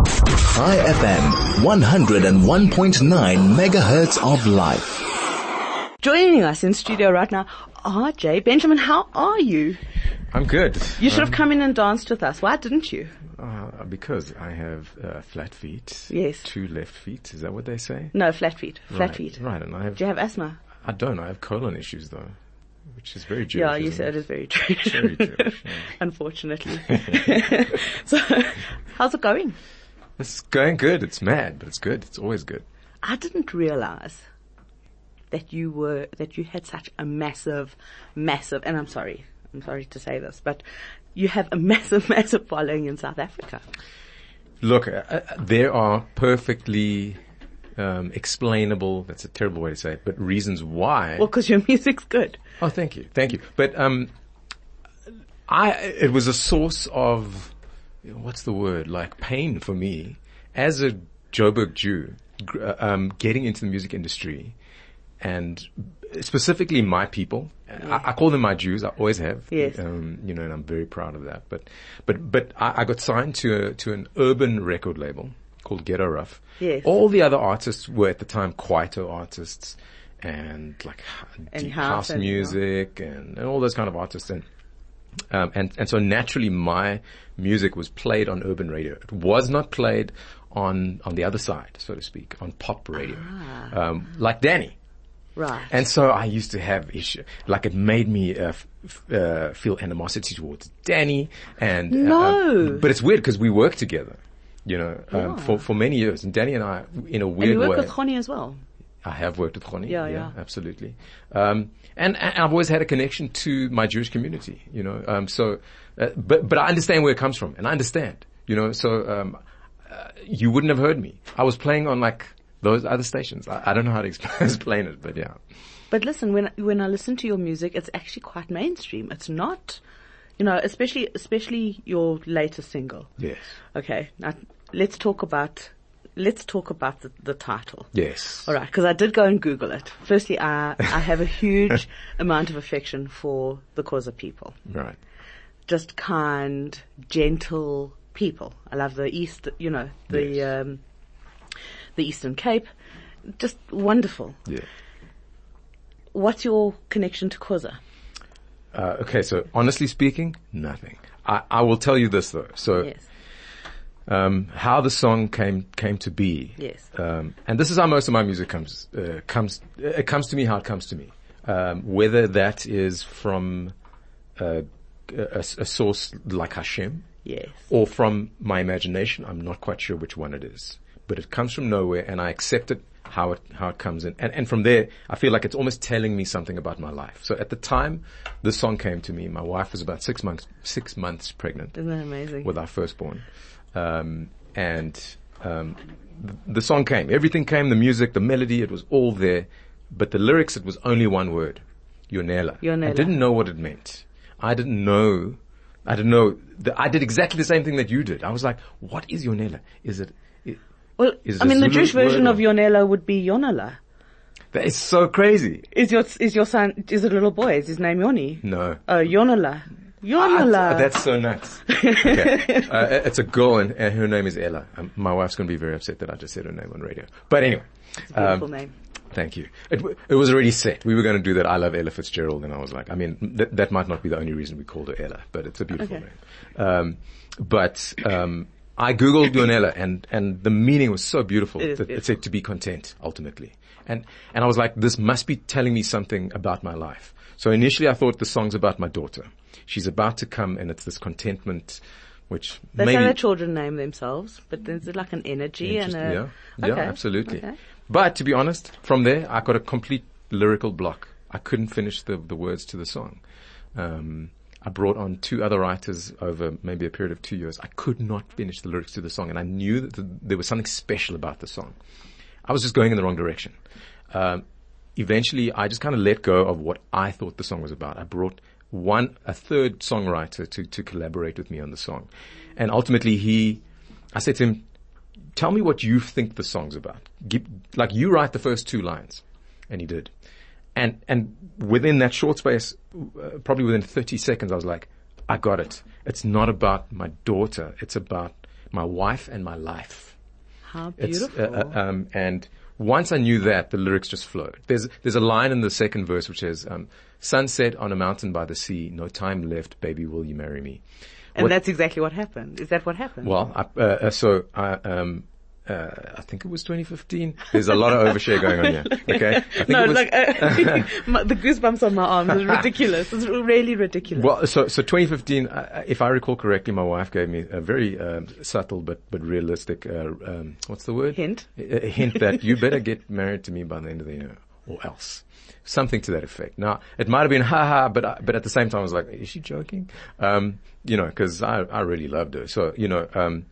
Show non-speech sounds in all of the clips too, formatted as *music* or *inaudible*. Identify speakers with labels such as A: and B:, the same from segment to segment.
A: High FM, 101.9 megahertz of life.
B: Joining us in studio right now, RJ Benjamin. How are you?
C: I'm good.
B: You should have come in and danced with us. Why didn't you?
C: Uh, because I have uh, flat feet.
B: Yes.
C: Two left feet. Is that what they say?
B: No, flat feet. Flat
C: right,
B: feet.
C: Right, and I have.
B: Do you have asthma?
C: I don't. I have colon issues though, which is very Jewish.
B: yeah, you
C: isn't
B: said
C: it?
B: it is very true.
C: very Jewish, yeah.
B: *laughs* Unfortunately. *laughs* so, how's it going?
C: It's going good. It's mad, but it's good. It's always good.
B: I didn't realize that you were that you had such a massive, massive. And I'm sorry, I'm sorry to say this, but you have a *laughs* massive, massive following in South Africa.
C: Look, uh, uh, there are perfectly um, explainable. That's a terrible way to say it, but reasons why.
B: Well, because your music's good.
C: Oh, thank you, thank you. But um, I it was a source of what's the word like pain for me as a Joburg Jew, gr- uh, um, getting into the music industry, and specifically my people. I, I call them my Jews. I always have.
B: Yes.
C: Um, you know, and I'm very proud of that. But, but, but I, I got signed to a, to an urban record label called Ghetto Rough.
B: Yes.
C: All the other artists were at the time Kwaito artists and like h-
B: And
C: deep
B: house
C: house,
B: and-
C: music and, and all those kind of artists and um, and and so naturally my music was played on urban radio. It was not played on on the other side, so to speak, on pop radio,
B: Ah.
C: um, like Danny.
B: Right.
C: And so I used to have issue, like it made me uh, f- f- uh, feel animosity towards Danny. And uh,
B: No.
C: um, but it's weird because we worked together, you know, um, for for many years. And Danny and I, in a
B: and
C: weird
B: you work
C: way,
B: with Connie as well.
C: I have worked with Ronnie.
B: Yeah, yeah.
C: absolutely. Um, and, and I've always had a connection to my Jewish community, you know. Um, so, uh, but but I understand where it comes from, and I understand, you know. So um, uh, you wouldn't have heard me. I was playing on like those other stations. I, I don't know how to *laughs* explain, explain it, but yeah.
B: But listen, when when I listen to your music, it's actually quite mainstream. It's not, you know, especially especially your latest single.
C: Yes.
B: Okay, now let's talk about let's talk about the, the title.
C: Yes.
B: All right, because I did go and Google it. Firstly, I I have a huge amount of affection for the cause of people,
C: Right.
B: just kind, gentle people. I love the East, you know, the
C: Yes.
B: um, the Eastern Cape, just wonderful.
C: Yeah.
B: What's your connection to Causa?
C: Uh, okay. So honestly speaking, nothing. I, I will tell you this though. So
B: Yes.
C: um, how the song came came to be.
B: Yes.
C: Um, and this is how most of my music comes uh, comes it comes to me how it comes to me. Um, whether that is from uh, a, a source like Hashem,
B: Yes.
C: or from my imagination, I'm not quite sure which one it is. But it comes from nowhere, and I accept it how it how it comes in. And and from there, I feel like it's almost telling me something about my life. So at the time, this song came to me. My wife was about six months six months pregnant
B: Isn't that amazing?
C: with our firstborn. Um, and um, th- the song came. Everything came, the music, the melody, it was all there. But the lyrics, it was only one word. Yonela.
B: Yonela.
C: I didn't know what it meant. I didn't know. I didn't know. The, I did exactly the same thing that you did. I was like, what is Yonela? Is it, it
B: well,
C: Is it
B: I
C: a
B: mean, the
C: Zulu
B: Jewish version
C: word
B: of
C: or-
B: Yonela would be Yonela.
C: that is so crazy.
B: Is your is your son? Is it a little boy? Is his name Yoni?
C: No.
B: Oh, Yonela.
C: I- uh,
B: Yonela.
C: that's so nuts.
B: *laughs*
C: Okay. Uh, it's a girl and, and her name is Ella. Um, my wife's going to be very upset that I just said her name on radio. But anyway. um,
B: beautiful name.
C: Thank you. It, w- it was already set. We were going to do that. I love Ella Fitzgerald, and I was like, I mean, th- that might not be the only reason we called her Ella, but it's a beautiful
B: Okay.
C: name. Um, but um, I googled Yonella, and and the meaning was so beautiful.
B: It is
C: that
B: beautiful.
C: said to be content ultimately, and and I was like, this must be telling me something about my life. So initially, I thought the song's about my daughter. She's about to come, and it's this contentment, which
B: That's
C: maybe
B: how the children name themselves, but there's like an energy and
C: Interesting,
B: a.
C: yeah,
B: Okay,
C: yeah, absolutely.
B: okay.
C: But to be honest, from there I got a complete lyrical block. I couldn't finish the the words to the song. Um, I brought on two other writers over maybe a period of two years. I could not finish the lyrics to the song, and I knew that th there was something special about the song. I was just going in the wrong direction. Um, eventually, I just kind of let go of what I thought the song was about. I brought one, a third songwriter to, to collaborate with me on the song. And ultimately he, I said to him, tell me what you think the song's about. Give, like you write the first two lines. And he did. And, and within that short space, uh, probably within 30 seconds, I was like, I got it. It's not about my daughter. It's about my wife and my life.
B: How
C: It's, uh,
B: beautiful.
C: uh, um, and once I knew that, the lyrics just flowed. There's there's a line in the second verse which says, um, "Sunset on a mountain by the sea, no time left, baby, will you marry me?"
B: and
C: what-
B: that's exactly what happened. Is that what happened?
C: Well, I, uh, uh, so I, um, uh, I think it was 2015. There's a lot of overshare going on here.
B: *laughs*
C: Okay, I think
B: no,
C: it was,
B: look, uh, *laughs* my- the goosebumps on my arms
C: *laughs*
B: is ridiculous. It's really ridiculous.
C: Well, so so 2015, uh, if I recall correctly, my wife gave me a very um, subtle but but realistic uh, um, what's the word
B: Hint?
C: A, a hint that you better get married to me by the end of the year, or else. Something to that effect. Now, it might have been ha ha, but I, but at the same time, I was like, is she joking? Um, you know, because I I really loved her. So you know, um,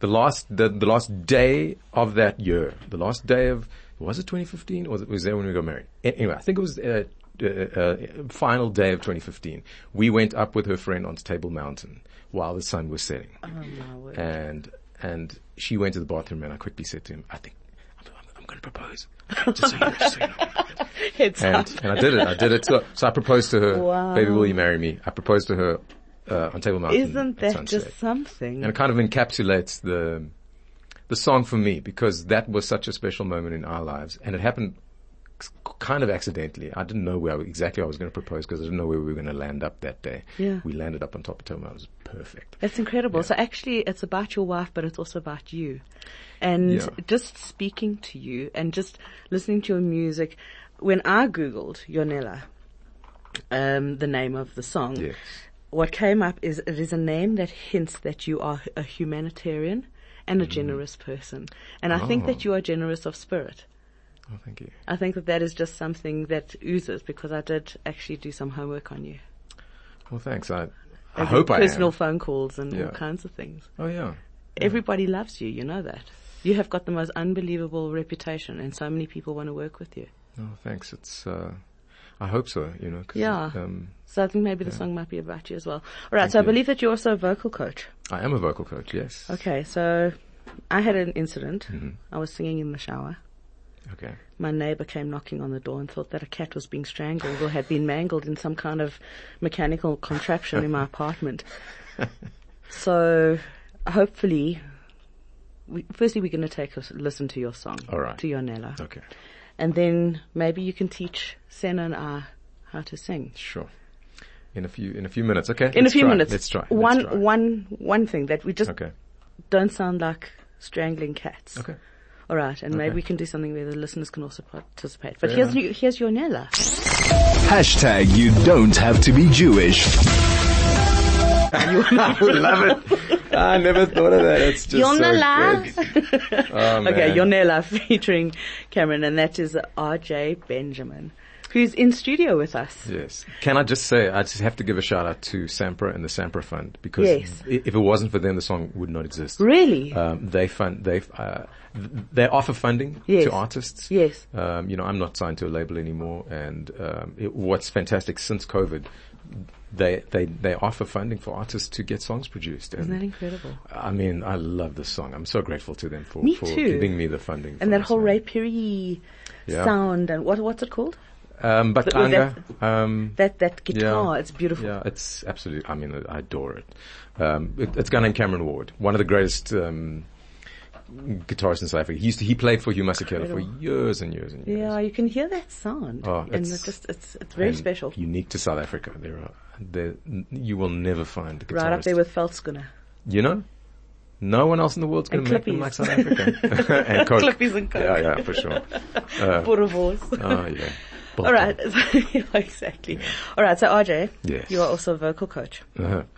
C: the last the, the last day of that year, the last day of was it 2015 or was it- was that when we got married? A- Anyway, I think it was uh, uh, uh, final day of 2015. We went up with her friend onto Table Mountain while the sun was setting,
B: oh my word.
C: and and she went to the bathroom, and I quickly said to him, "I think I'm, I'm, I'm going to propose." Just so you know, just so you know
B: Heads up.
C: and, and I did it. I did it. So, so I proposed to her.
B: Wow.
C: Baby, will you marry me? I proposed to her uh, on Table Mountain.
B: Isn't
C: at
B: that
C: sunset.
B: just something?
C: And it kind of encapsulates the the song for me because that was such a special moment in our lives, and it happened c- kind of accidentally. I didn't know where I, exactly I was going to propose because I didn't know where we were going to land up that day.
B: Yeah.
C: We landed up on top of Table Mountain. It was perfect.
B: That's incredible. So actually, it's about your wife, but it's also about you. And
C: Yeah.
B: just speaking to you and just listening to your music. When I Googled Yonela, um, the name of the song,
C: Yes.
B: what came up is it is a name that hints that you are a humanitarian and
C: Mm.
B: a generous person. And I think that you are generous of spirit.
C: Oh, thank you.
B: I think that that is just something that oozes because I did actually do some homework on you.
C: Well, thanks. I
B: As
C: I
B: in
C: hope I
B: Personal
C: am.
B: phone calls and all
C: Yeah.
B: kinds of things.
C: Oh yeah.
B: Everybody loves you. You know that. You have got the most unbelievable reputation, and so many people want to work with you.
C: No, thanks. It's. Uh, I hope so. You know. 'cause,
B: Yeah.
C: Um,
B: So I think maybe the song might be about you as well. All right. so I
C: you.
B: believe that you're also a vocal coach.
C: I am a vocal coach. Yes.
B: Okay. So I had an incident.
C: Mm-hmm.
B: I was singing in the shower.
C: Okay.
B: My neighbor came knocking on the door and thought that a cat was being strangled or had been mangled in some kind of mechanical contraption
C: *laughs*
B: in my apartment. So hopefully, we, firstly, we're going to take a s- listen to your song,
C: All right.
B: to your Nella.
C: Okay.
B: and then maybe you can teach Senna and I how to sing.
C: Sure. In a few in a few minutes. Okay.
B: In
C: let's
B: a few
C: try.
B: minutes.
C: Let's try.
B: One,
C: Let's try.
B: one- one thing that we just
C: Okay.
B: don't sound like strangling cats.
C: *laughs* Okay.
B: All right, and maybe
C: Okay.
B: we can do something where the listeners can also participate. But
C: Fair
B: here's
C: enough.
B: you, here's your Nella.
A: Hashtag you don't have to be Jewish.
C: I love it. I never thought of that. It's just so
B: Yonela.
C: good. *laughs* Oh, man.
B: *laughs* Okay, your Nella featuring Cameron, and that is R.J. Benjamin, who's in studio with us.
C: Yes. Can I just say, I just have to give a shout out to Sampra and the Sampra Fund because
B: Yes.
C: i- if it wasn't for them, the song would not exist.
B: Really?
C: Um, they fund, they, uh, th- they offer funding
B: Yes.
C: to artists.
B: Yes.
C: Um, you know, I'm not signed to a label anymore. And, um, it, what's fantastic since COVID, they, they, they offer funding for artists to get songs produced.
B: Isn't that
C: And
B: incredible?
C: I mean, I love this song. I'm so grateful to them for,
B: Me
C: for
B: too.
C: giving me the funding. for
B: And that
C: this
B: whole
C: song.
B: Ray Perry
C: Yeah.
B: sound, and what what's it called?
C: Um, but
B: was that-
C: um,
B: That that guitar, it's beautiful.
C: Yeah, it's absolutely. I mean, I adore it. Um, it it's a guy named Cameron Ward, one of the greatest um, guitarists in South Africa. He used to, he played for Hugh Masekela for
B: Incredible.
C: years and years and years.
B: Yeah, you can hear that sound,
C: Oh,
B: and
C: it's-
B: it's just it's it's very
C: And
B: special.
C: Unique to South Africa. There are there you will never find a guitarist.
B: Right up there with Feldskunner.
C: you know. No one else in the world's
B: And
C: going to make them
B: Clippies.
C: like
B: *laughs*
C: South Africa. *laughs* and Coke.
B: Clippies and Coke.
C: Oh, Yeah, uh, yeah, for sure.
B: *laughs* Boerewors.
C: Oh, yeah.
B: *laughs* All right, yeah, exactly. All right, so RJ,
C: Yes.
B: you are also a vocal coach.
C: Uh-huh. *laughs*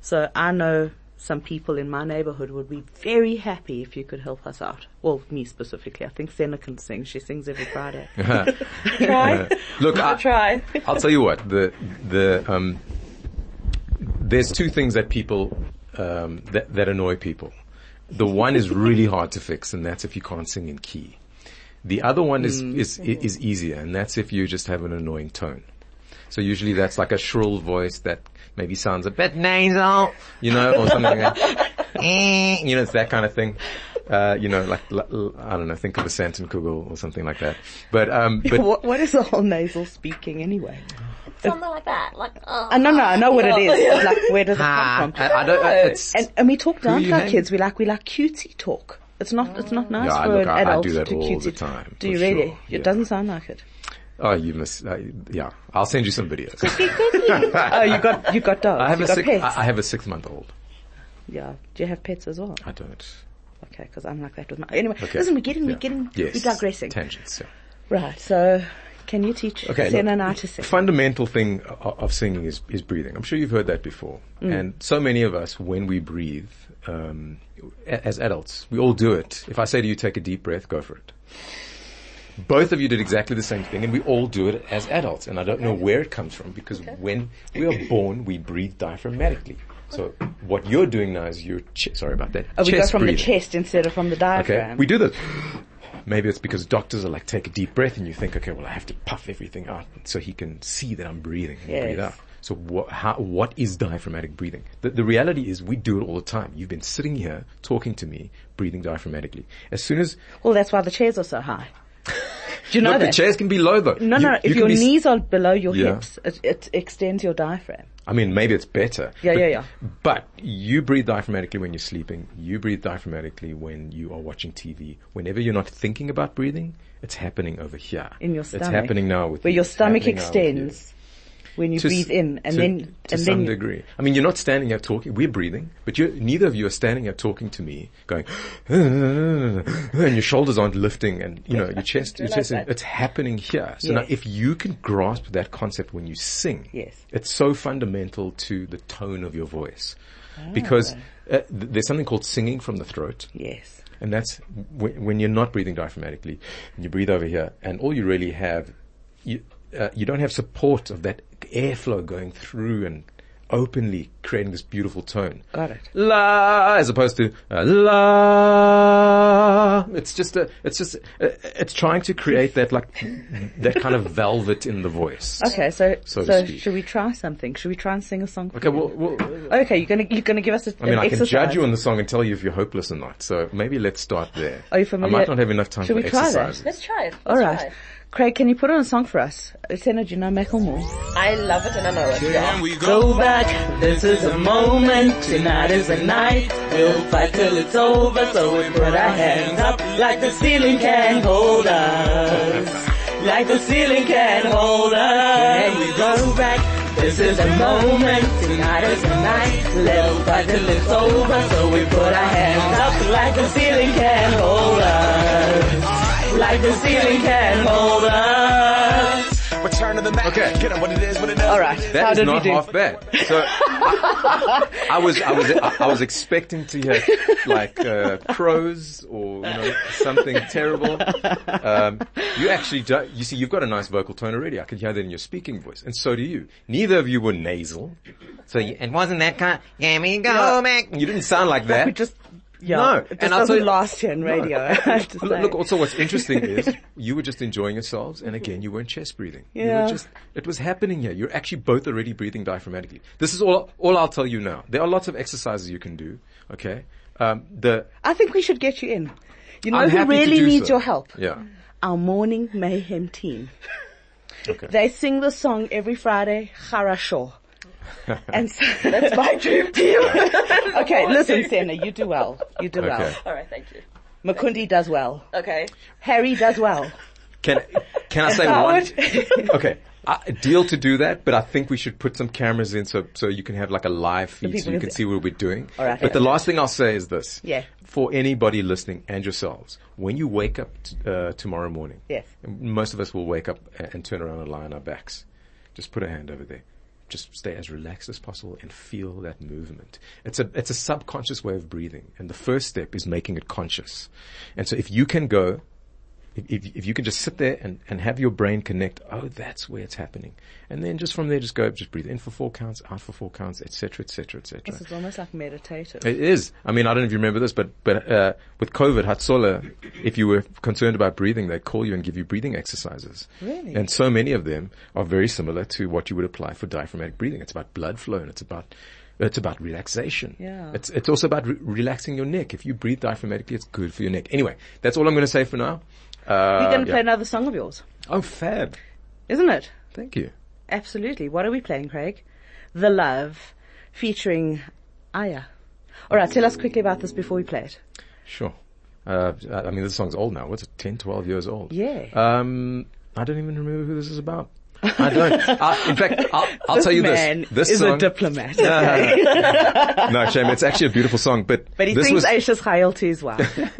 B: So I know some people in my neighborhood would be very happy if you could help us out. Well, me specifically. I think Senna can sing. She sings every
C: *laughs*
B: Friday. try.
C: Look, I,
B: try.
C: I'll tell you what the the um, there's two things that people um, that that annoy people. The one is really hard to fix, and that's if you can't sing in key. The other one is
B: Mm.
C: is is easier, and that's if you just have an annoying tone. So usually that's like a shrill voice that maybe sounds a bit nasal, you know, or something like
B: *laughs*
C: that. Eh, you know, it's that kind of thing. Uh, you know, like, l- l- I don't know, think of a Santon Kugel or something like that. But, um,
B: *laughs*
C: but
B: what, what is the whole nasal speaking anyway?
D: something like that. Like, oh.
B: I Uh, no, no, I know what it is. It's Like, where does it come
C: Ah,
B: from?
C: I, I don't, it's,
B: And, and we talk down
C: you
B: to our
C: hang-
B: kids. We like we like cutesy talk. It's not. It's not nice
C: Yeah, I
B: for
C: look,
B: an
C: I- I
B: adult
C: do that
B: to
C: all
B: cutesy-
C: the time,
B: Do
C: for
B: you really?
C: sure, yeah.
B: It doesn't sound like it.
C: Oh, you must. Uh, yeah, I'll send you some videos.
B: *laughs* Oh, you got you got dogs.
C: *laughs* I have
B: you
C: a
B: got
C: six.
B: pets.
C: I I have a six-month-old.
B: yeah. Do you have pets as well?
C: I don't.
B: Okay, because I'm like that with my. Anyway,
C: Okay.
B: listen, we're getting,
C: Yeah.
B: we're getting,
C: Yes.
B: we're digressing.
C: Tangents. Yeah.
B: Right. So, can you teach
C: Okay.
B: Senna
C: look,
B: and I to sing?
C: Fundamental thing of, of singing is, is breathing. I'm sure you've heard that before.
B: Mm.
C: And so many of us, when we breathe, um, a- as adults, we all do it. If I say to you, take a deep breath, go for it. Both of you did exactly the same thing, and we all do it as adults. And I don't know where it comes from because when we are born, we breathe diaphragmatically. So what you're doing now is you're che- sorry about that.
B: Oh, we go
C: chest
B: from the
C: breathing.
B: chest instead of from the
C: Okay,
B: diaphragm.
C: we do this. Maybe it's because doctors are like, take a deep breath, and you think, okay, well, I have to puff everything out so he can see that I'm breathing and breathe
B: Yes.
C: out. So what, how, what is diaphragmatic breathing? The, the reality is we do it all the time. You've been sitting here talking to me, breathing diaphragmatically. As soon as,
B: well, that's why the chairs are so
C: *laughs*
B: high. Do you know
C: look, the
B: that?
C: chairs can be low though.
B: no,
C: You-
B: no.
C: you
B: If
C: can
B: your
C: be s-
B: knees are below your
C: Yeah.
B: hips, it, it extends your diaphragm.
C: I mean, maybe it's better.
B: Yeah,
C: but,
B: yeah, yeah.
C: But you breathe diaphragmatically when you're sleeping. You breathe diaphragmatically when you are watching TV. Whenever you're not thinking about breathing, it's happening over here.
B: In your stomach.
C: It's happening now with
B: where
C: you.
B: your
C: It's
B: stomach
C: happening now with you.
B: extends when you
C: To s-
B: breathe in, and
C: to-
B: then
C: to
B: and
C: some
B: then
C: degree. I mean, you're not standing here talking. We're breathing, but you neither of you are standing here talking to me, going, *gasps* and your shoulders aren't lifting, and
B: *laughs*
C: you know your chest, your chest.
B: that.
C: It's happening here. So now,
B: Yes.
C: if you can grasp that concept when you sing,
B: Yes.
C: it's so fundamental to the tone of your voice,
B: Ah.
C: because uh, th- there's something called singing from the throat.
B: yes,
C: And that's w- when you're not breathing diaphragmatically, and you breathe over here, and all you really have, you, uh, you don't have support of that airflow going through and openly creating this beautiful tone.
B: got it.
C: La, as opposed to uh, la. It's just a, it's just, uh, it's trying to create that like, that kind of velvet in the voice.
B: Okay, so
C: So
B: so,
C: to speak.
B: should we try something? Should we try and sing a song? For
C: Okay,
B: you?
C: well, well
B: okay, you're gonna you're gonna give us a,
C: I mean,
B: an
C: I can
B: exercise.
C: judge you on the song and tell you if you're hopeless or not. So maybe let's start there.
B: Are you
C: I
B: familiar-
C: might not have enough time
B: Should
C: for
B: we try that?
C: exercises.
D: Let's try it. Let's
B: All right.
D: try it.
B: Craig, can you put on a song for us? Senna, do you know Macklemore?
D: I love it and I know it. Yeah.
B: Go back, this is a moment, tonight is a night. We'll fight till it's over, so we put our hands up like the ceiling can hold us. Like the ceiling can hold us. And we go back, this is a moment, tonight is a night. We'll fight till it's over, so we put our hands up like the ceiling can hold us. Like the ceiling can hold us.
A: Return to the Mac.
C: Okay.
A: Get up what it is, what it is.
B: Alright,
C: That is not half bad. So I, I was I was I, was expecting to hear like uh, crows or you know, something terrible. Um, you actually do, you see you've got a nice vocal tone already. I can hear that in your speaking voice, and so do you. Neither of you were nasal, so you, and wasn't that kind? Yeah, me go back. You didn't sound like that.
B: We just yeah,
C: No,
B: it just
C: and I'll tell
B: doesn't
C: you-
B: last here in radio. *laughs* I have to
C: Look,
B: say.
C: look, also
B: *laughs*
C: what's interesting is you were just enjoying yourselves and again you weren't chest breathing. You
B: Yeah.
C: were just, it was happening here. You're actually both already breathing diaphragmatically. This is all, all I'll tell you now. There are lots of exercises you can do. Okay. Um, the,
B: I think we should get you in. You know
C: I'm
B: who
C: happy to
B: really
C: do
B: needs
C: so.
B: your help?
C: Yeah.
B: Our morning mayhem team. They sing the song every Friday,
C: *laughs*
B: Harasho. and so that's my dream team. okay, listen, Senna, you do well. You do well.
C: Okay.
D: All right. Thank you.
B: Makundi does well.
D: Okay.
B: Harry does well.
C: Can, can I say
B: Howard.
C: one? *laughs* Okay. I deal to do that, but I think we should put some cameras in so, so you can have like a live feed so
B: people
C: you
B: can
C: can
B: see.
C: see what we're doing.
B: All right,
C: But the
B: okay.
C: last thing I'll say is this.
B: Yeah.
C: For anybody listening and yourselves, when you wake up t- uh, tomorrow morning,
B: Yes.
C: most of us will wake up a- and turn around and lie on our backs. Just put a hand over there. Just stay as relaxed as possible and feel that movement. It's a, it's a subconscious way of breathing. And the first step is making it conscious. And so if you can go, if, if, if you can just sit there and, and have your brain connect, oh, that's where it's happening. And then just from there, just go, just breathe in for four counts, out for four counts, et cetera, et cetera, et cetera.
B: This is almost like meditative.
C: It is. I mean, I don't know if you remember this, but but uh, with COVID, Hatsola, if you were concerned about breathing, they'd call you and give you breathing exercises.
B: Really?
C: And so many of them are very similar to what you would apply for diaphragmatic breathing. It's about blood flow and it's about it's about relaxation.
B: Yeah.
C: It's it's also about re- relaxing your neck. If you breathe diaphragmatically, it's good for your neck. Anyway, that's all I'm going to say for now. Uh,
B: We're going to
C: yeah.
B: play another song of yours,
C: Oh, fab!
B: isn't it?
C: Thank you.
B: Absolutely. What are we playing, Craig? The Love, featuring Aya. All right, tell us quickly about this before we play it.
C: Sure. Uh, I mean, this song's old now. What's it, 10, 12 years old?
B: Yeah.
C: Um, I don't even remember who this is about. I don't. I,
B: *laughs*
C: in fact, I'll, I'll
B: This
C: tell you
B: man
C: this. This
B: is
C: song,
B: a
C: *laughs*
B: diplomat.
C: no, shame. It's actually a beautiful song, but,
B: But he
C: this
B: thinks
C: was,
B: Aisha's Chayil to his
C: *laughs*
B: wife.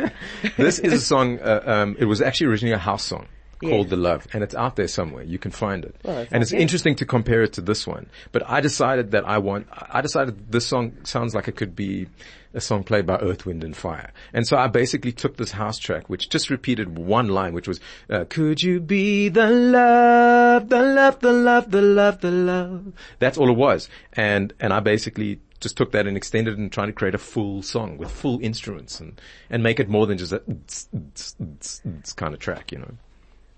C: this is a song. Uh, um, it was actually originally a house song called
B: Yeah.
C: "The Love," and it's out there somewhere. You can find it,
B: Well, it's
C: and
B: out
C: it's
B: there.
C: interesting to compare it to this one. But I decided that I want. I decided this song sounds like it could be a song played by Earth, Wind, and Fire, and so I basically took this house track, which just repeated one line, which was, uh, "Could you be the love, the love, the love, the love, the love?" That's all it was, and and I basically just took that and extended it and trying to create a full song with full instruments and, and make it more than just a tss, tss, tss, tss kind of track, you know.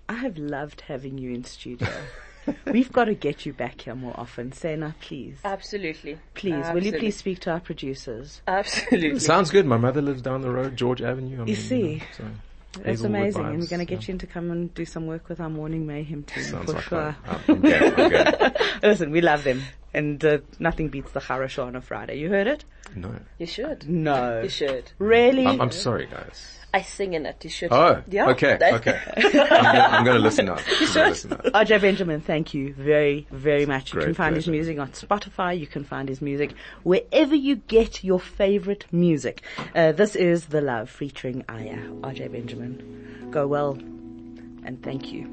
B: I have loved having you in studio. *laughs* We've got to get you back here more often. Sena, please.
D: Absolutely.
B: Please, will you
D: Absolutely.
B: please speak to our producers?
D: Absolutely.
C: Sounds good. My mother lives down the road, George Avenue. I mean,
B: see.
C: so
B: That's
C: Hazelwood
B: amazing. And we're
C: vibes,
B: going to
C: yeah.
B: get you in to come and do some work with our Morning Mayhem team
C: Sounds
B: for
C: like
B: sure.
C: that. I'm game, I'm
B: *laughs*
C: game.
B: Listen, we love them. And uh, nothing beats the Harasha on a Friday. You heard it?
C: No.
D: *laughs* You should.
B: No.
D: You should.
B: Really?
C: I'm, I'm sorry, guys.
D: I sing in it. You should.
C: Oh,
D: yeah.
C: okay,
B: *laughs*
D: That's-
C: okay. I'm gonna, I'm gonna listen up. I'm gonna listen up.
B: RJ Benjamin, thank you very, very much. You
C: great
B: can find his
C: pleasure.
B: music on Spotify. You can find his music wherever you get your favorite music. Uh, this is The Love featuring Aya, RJ Benjamin. Go well and thank you.